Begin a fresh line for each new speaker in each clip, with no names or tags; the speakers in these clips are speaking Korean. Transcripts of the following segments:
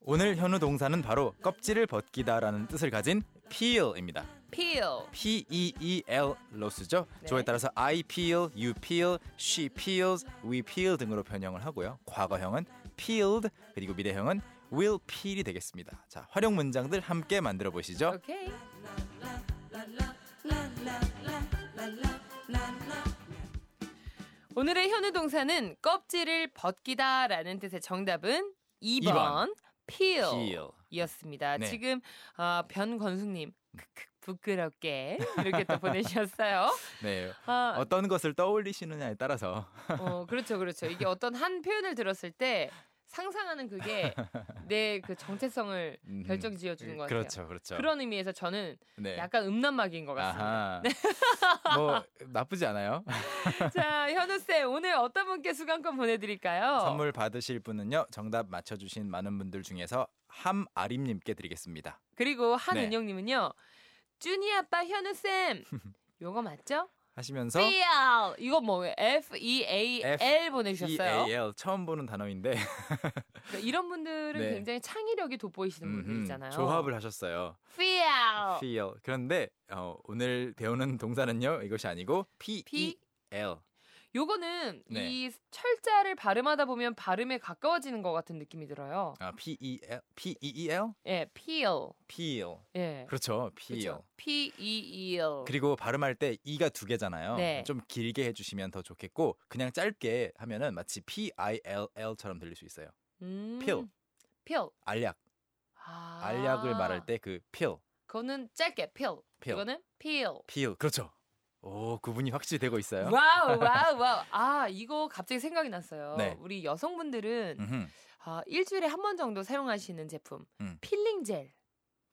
오늘 현우 동사는 바로 껍질을 벗기다라는 뜻을 가진 peel입니다.
peel.
P E E L 로스죠.
네.
저에 따라서 I peel, you peel, she peels, we peel 등으로 변형을 하고요. 과거형은 peeled 그리고 미래형은 will peel이 되겠습니다. 자, 활용 문장들 함께 만들어 보시죠.
오케이. 오늘의 현우 동사는 껍질을 벗기다라는 뜻의 정답은 2번,
이번.
peel.
peel.
이었습니다.
네.
지금 아, 변건숙님 크크, 부끄럽게 이렇게 또 보내셨어요.
네.
아,
어떤 것을 떠올리시느냐에 따라서
어, 그렇죠, 그렇죠. 이게 어떤 한 표현을 들었을 때 상상하는 그게 내 그 정체성을
음,
결정 지어주는 것 같아요.
그렇죠. 그렇죠.
그런 의미에서 저는
네.
약간 음란막인 것 같습니다. 네.
아하. 뭐 나쁘지 않아요.
자, 현우 쌤 오늘 어떤 분께 수강권 보내드릴까요?
선물 받으실 분은요. 정답 맞춰 주신 많은 분들 중에서 함아림 님께 드리겠습니다.
그리고
네.
한은영님은요, 준이 아빠 현우 쌤 요거 맞죠?
하시면서
B L 이거 뭐 F E A L 보내주셨어요.
EAL E 처음 보는 단어인데
그러니까 이런 분들은
네.
굉장히 창의력이 돋보이시는
음, 음,
분들이잖아요.
조합을 E 하셨어요.
B L
feel. 그런데 어, 오늘 배우는 동사는요. 이것이 아니고 P E
P
L.
요거는
네.
이 철자를 발음하다 보면 발음에 가까워지는 것 같은 느낌이 들어요.
아 P E L P E E L
예, peel.
feel.
예.
그렇죠. feel.
그렇죠. P E E L.
그리고 발음할 때 이가 두 개잖아요.
네.
좀 길게 해주시면 더 좋겠고 그냥 짧게 하면은 마치 P I L L처럼 들릴 수 있어요.
음.
peel.
peel.
알약,
아.
알약을 말할 때 그 peel,
그거는 짧게 peel.
peel,
이거는 peel.
peel. 그렇죠. 오 구분이 확실히 되고 있어요.
와우 와우 와우. 아, 이거 갑자기 생각이 났어요.
네.
우리 여성분들은
음흠.
아, 일주일에 한 번 정도 사용하시는 제품.
음.
필링 젤.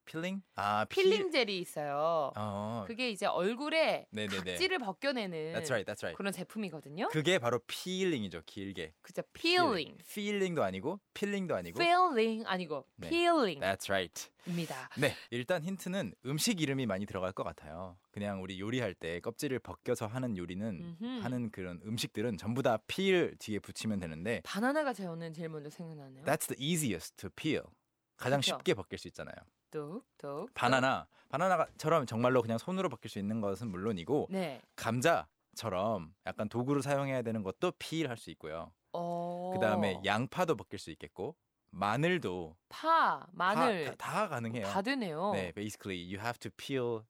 필링? 아 피-
필링 젤이 있어요.
어.
그게 이제 얼굴에
네네네.
각질을 벗겨내는
That's right, that's right.
그런 제품이거든요.
그게 바로 필링이죠. 길게.
그죠? peeling.
필링도 아니고 필링도 아니고.
feeling 아니고
네.
peeling입니다.
That's right. 네, 일단 힌트는 음식 이름이 많이 들어갈 것 같아요. 그냥 우리 요리할 때 껍질을 벗겨서 하는 요리는
음흠.
하는 그런 음식들은 전부 다 peel 뒤에 붙이면 되는데
바나나가 저는 제일 먼저 생각나네요.
that's the easiest to peel. 가장
그쵸.
쉽게 벗길 수 있잖아요.
뚝뚝.
바나나, 바나나처럼 정말로 그냥 손으로 벗길 수 있는 것은 물론이고
네.
감자처럼 약간 도구를 사용해야 되는 것도 peel 할 수 있고요.
어.
그다음에 양파도 벗길 수 있겠고 마늘도
파,
다-
마늘
다,
다,
다 가능해요.
되네요.
네, basically you have to peel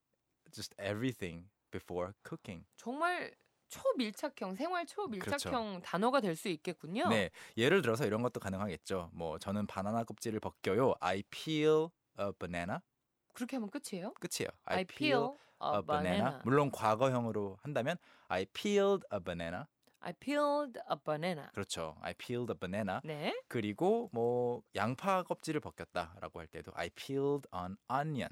just everything before cooking.
정말 초밀착형 생활 초밀착형 단어가 될 수 있겠군요.
그렇죠. 네, 예를 들어서 이런 것도 가능하겠죠. 뭐 저는 바나나 껍질을 벗겨요. I peel a banana.
그렇게 하면 끝이에요?
끝이에요.
I, peel a banana.
물론 과거형으로 한다면 I peeled a banana.
I peeled a banana.
그렇죠. I peeled a banana.
네.
그리고 뭐 양파 껍질을 벗겼다라고 할 때도 I peeled an onion.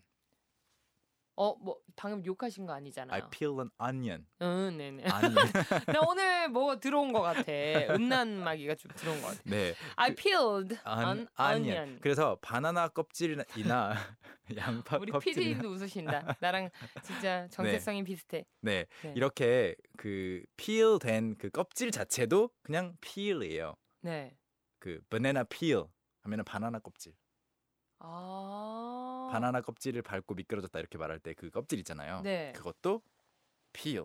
어, 뭐 방금 욕하신 거 아니잖아요.
I peeled an onion.
응, 네, 네.
onion.
나 오늘 뭐 들어온 것 같아. 음란 마귀가 좀 들어온 것 같아.
네.
I peeled
안,
an
onion.
onion.
그래서 바나나 껍질이나 양파
우리
껍질이나
피디님도 웃으신다. 나랑 진짜 정체성이 비슷해.
네,
네.
이렇게 그 peel 된그 껍질 자체도 그냥 peel이에요.
네.
그 banana peel 하면은 바나나 껍질.
아.
바나나 껍질을 밟고 미끄러졌다 이렇게 말할 때 그 껍질 있잖아요.
네.
그것도 peel.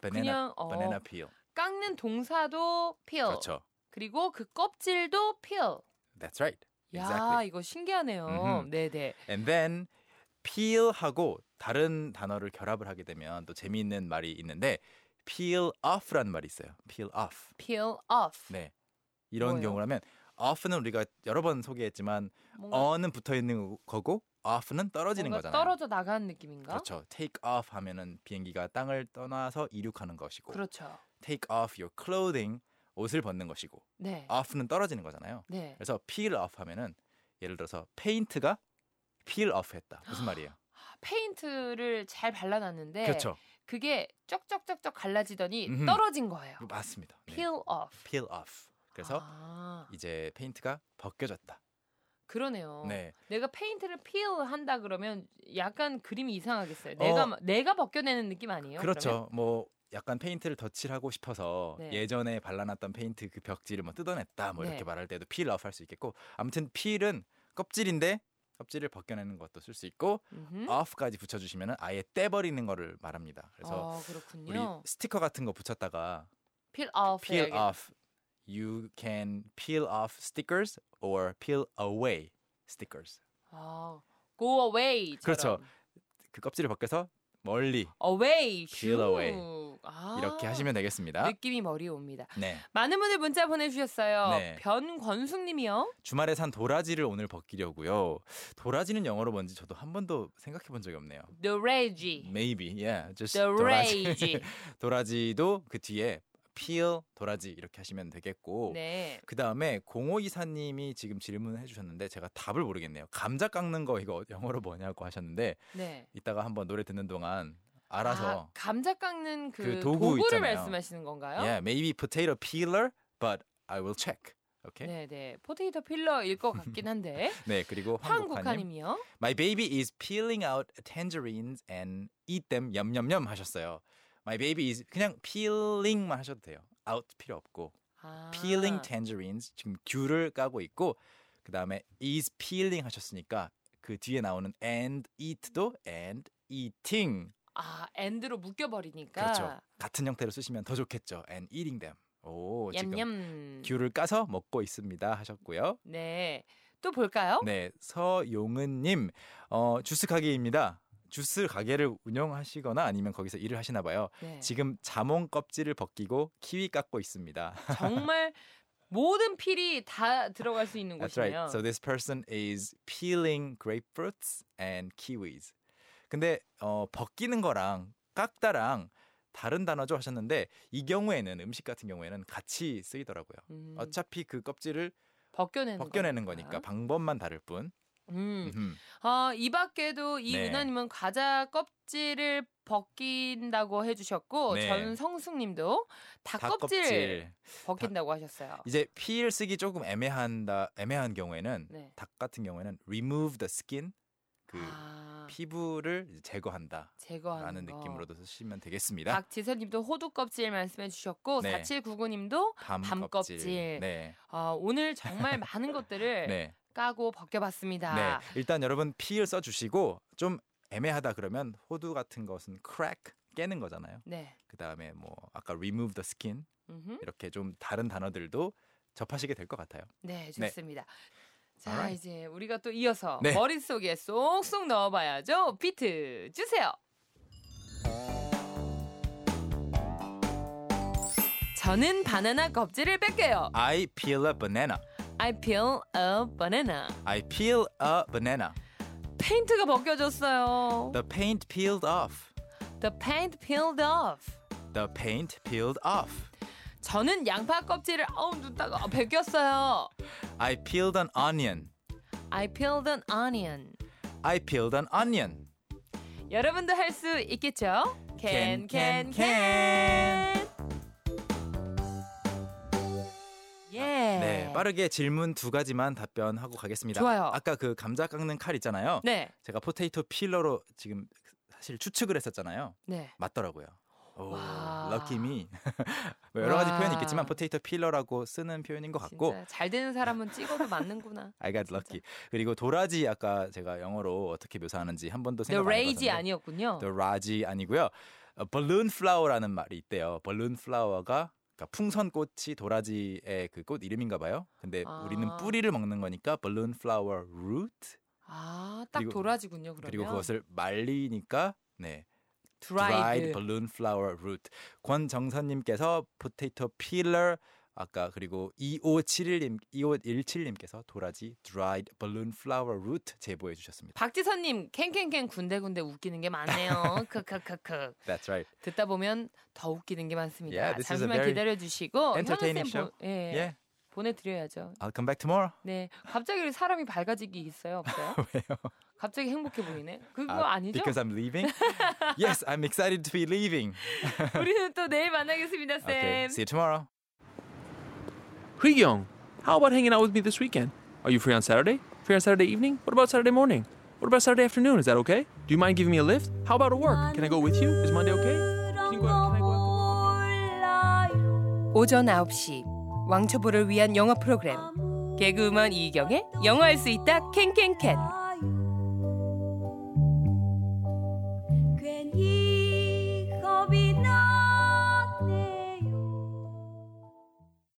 banana
그냥 어,
banana peel.
깎는 동사도 peel.
그렇죠.
리고그 껍질도 peel.
That's right.
야,
Exactly.
이거 신기하네요.
음흠.
네, 네.
And then peel 하고 다른 단어를 결합을 하게 되면 또 재미있는 말이 있는데 peel off라는 말이 있어요. peel off.
peel off.
네. 이런
뭐예요?
경우라면 off는 우리가 여러 번 소개했지만
뭔가,
on은 붙어 있는 거고 off는 떨어지는
음. 뭔가
거잖아요.
떨어져 나가는 느낌인가?
그렇죠. take off 하면은 비행기가 땅을 떠나서 이륙하는 것이고
그렇죠.
take off your clothing 옷을 벗는 것이고
네.
off는 떨어지는 거잖아요.
네.
그래서 peel off 하면은 예를 들어서 페인트가 peel off 했다. 무슨 말이에요?
페인트를 잘 발라놨는데
그렇죠.
그게 쩍쩍쩍쩍 갈라지더니
음흠.
떨어진 거예요.
맞습니다. 네.
아. peel off.
peel off. 그래서
아,
이제 페인트가 벗겨졌다.
어, 그러네요.
네.
내가 페인트를 peel 한다 그러면 약간 그림이 이상하겠어요. 내가
어.
막- 내가 벗겨내는 느낌 아니에요?
그렇죠. 뭐 약간 페인트를 덧칠하고 싶어서
네.
예전에 발라놨던 페인트 그 벽지를 뭐 뜯어냈다 뭐 이렇게
네.
말할 때도 필 아웃 할수 있겠고 아무튼 필은 껍질인데 껍질을 벗겨내는 것도 쓸 수 있고
음흠.
off까지 붙여주시면 아예 떼버리는 거를 말합니다. 아, 그래서
아,
우리
그렇군요.
스티커 같은 거 붙였다가
peel off.
peel
해야겠다.
off. You can peel off stickers or peel away stickers.
아, go away.
그렇죠. 그 껍질을 벗겨서 멀리
away.
peel away.
슉. 아, 네.
이렇게 하시면 되겠습니다.
느낌이 머리에 옵니다.
네.
많은 분들 문자 보내주셨어요.
네.
변권숙님이요.
주말에 산 도라지를 오늘 벗기려고요. 도라지는 영어로 뭔지 저도 한 번도 생각해 본 적이 없네요.
The rage.
Maybe, yeah, just
The
도라지.
rage.
도라지도 그 뒤에 peel 도라지 이렇게 하시면 되겠고.
네.
그 다음에 0524님이 지금 질문해 주셨는데 제가 답을 모르겠네요. 감자 깎는 거 이거 영어로 뭐냐고 하셨는데
네.
이따가 한번 노래 듣는 동안 알아서
아, 감자 깎는 그,
그 도구
도구 를
있잖아요. 예.
말씀하시는 건가요?
Yeah, maybe potato peeler, but I will check. 오케이.
네, 네. 포테이토 필러일 것 같긴 한데.
네, 그리고 황국하님.
황국하님이요.
My baby is peeling out tangerines and eat them 염염염 하셨어요. My baby is 그냥 peeling만 하셔도 돼요. out 필요 없고
아,
peeling tangerines 지금 귤을 까고 있고 그 다음에 is peeling 하셨으니까 그 뒤에 나오는 and eat도 and eating
아, 엔드로 묶여버리니까.
그렇죠 같은 형태로 쓰시면 더 좋겠죠 and eating them 오그 지금
얌얌.
귤을 까서 먹고 있습니다 하셨고요
네. 또 볼까요?
네 서용은님 어 주스 가게입니다 주스 가게를 운영하시거나 아니면 거기서 일을 하시나 봐요
네.
지금 자몽 껍질을 벗기고 키위 깎고 있습니다
정말 모든 필이 다 들어갈 수 있는
That's
곳이네요.
right. So this person is peeling grapefruits and kiwis. 근데 어, 벗기는 거랑 깎다랑 다른 단어죠 하셨는데 이 경우에는 음식 같은 경우에는 같이 쓰이더라고요.
음,
어차피 그 껍질을
벗겨내는
벗겨내는 거니까 방법만 다를 뿐.
음.
음흠.
어, 이 밖에도 이
네.
은하님은 과자 껍질을 벗긴다고 해주셨고
네.
전성숙님도 닭, 껍질, 벗긴다고 하셨어요.
이제 peel 쓰기 조금 애매한다 애매한 경우에는
네.
닭 같은 경우에는 remove the skin 그
아,
피부를 이제 제거한다라는
제거하는 거.
느낌으로도 쓰시면 되겠습니다.
박지선님도 호두 껍질 말씀해 주셨고
네.
4799님도
밤,
밤
껍질.
껍질.
네.
어, 오늘 정말 많은 것들을
네.
까고 벗겨봤습니다.
네. 일단 여러분 P를 써 주시고 좀 애매하다 그러면 호두 같은 것은 crack 깨는 거잖아요.
네.
그다음에 뭐 아까 remove the skin
음흠.
이렇게 좀 다른 단어들도 접하시게 될 것 같아요.
네, 좋습니다. 자,
Alright.
이제 우리가 또 이어서
네.
머릿속에 쏙쏙 넣어봐야죠. 비트 주세요. 저는 바나나 껍질을 뺄게요.
I peel a banana.
I peel a banana.
I peel a banana.
페인트가 벗겨졌어요.
The paint peeled off.
The paint peeled off.
The paint peeled off.
저는 양파 껍질을 어우 눈 따가 벗겼어요.
I peeled an onion.
I peeled an onion.
I peeled an onion.
여러분도 할 수 있겠죠?
Can,
캔
can,
캔 캔. 예.
네, 빠르게 질문 두 가지만 답변하고 가겠습니다.
좋아요.
아까 그 감자 깎는 칼 있잖아요.
네.
제가 포테이토 필러로 지금 사실 추측을 했었잖아요.
네.
맞더라고요. 오,
와.
럭키미. 뭐 여러 가지
와.
표현이 있겠지만 포테이토 필러라고 쓰는 표현인 것 같고
진짜 잘 되는 사람은 찍어도 맞는구나.
I got lucky. 그리고 도라지 아까 제가 영어로 어떻게 묘사하는지 한 번도
The
생각 안
rage
해봤는데
아니었군요.
도라지 아니고요. 어, balloon flower라는 말이 있대요. balloon flower가 그러니까 풍선꽃이 도라지의 그 꽃 이름인가 봐요. 근데
아.
우리는 뿌리를 먹는 거니까 balloon flower root
아, 딱
그리고-
도라지군요. 그러면.
그리고 그것을 말리니까 네
dried.
dried balloon flower root. 권정선님께서 potato peeler 아까 그리고 2571님 2517님께서 도라지 dried balloon flower root 제보해 주셨습니다.
박지선 님, 캔캔캔 군데군데 웃기는 게 많네요. 크크크크.
That's right.
듣다 보면 더 웃기는 게 많습니다.
Yeah, this is a
잠시만
very
기다려 주시고
entertaining show.
예,
Yeah.
보내 드려야죠.
I'll come back tomorrow.
네, 갑자기 사람이 밝아지기 있어요, 없어요?
왜요?
갑자기 행복해 보이네. 그거
아,
아니죠?
Because I'm leaving. yes, I'm excited to be leaving.
우리는 또 내일 만나겠습니다, 쌤.
Okay. See you tomorrow.
Young, how about hanging out with me this weekend? Are you free on Saturday? Free on Saturday evening? What about Saturday morning? What about Saturday afternoon? Is that okay? Do you mind giving me a lift? How about at work? Can I go with you? Is Monday okay? Can you go out? Can I go out?
오전 9시 왕초보를 위한 영어 프로그램 개그우먼 이경의 영어할 수 있다 캔캔캔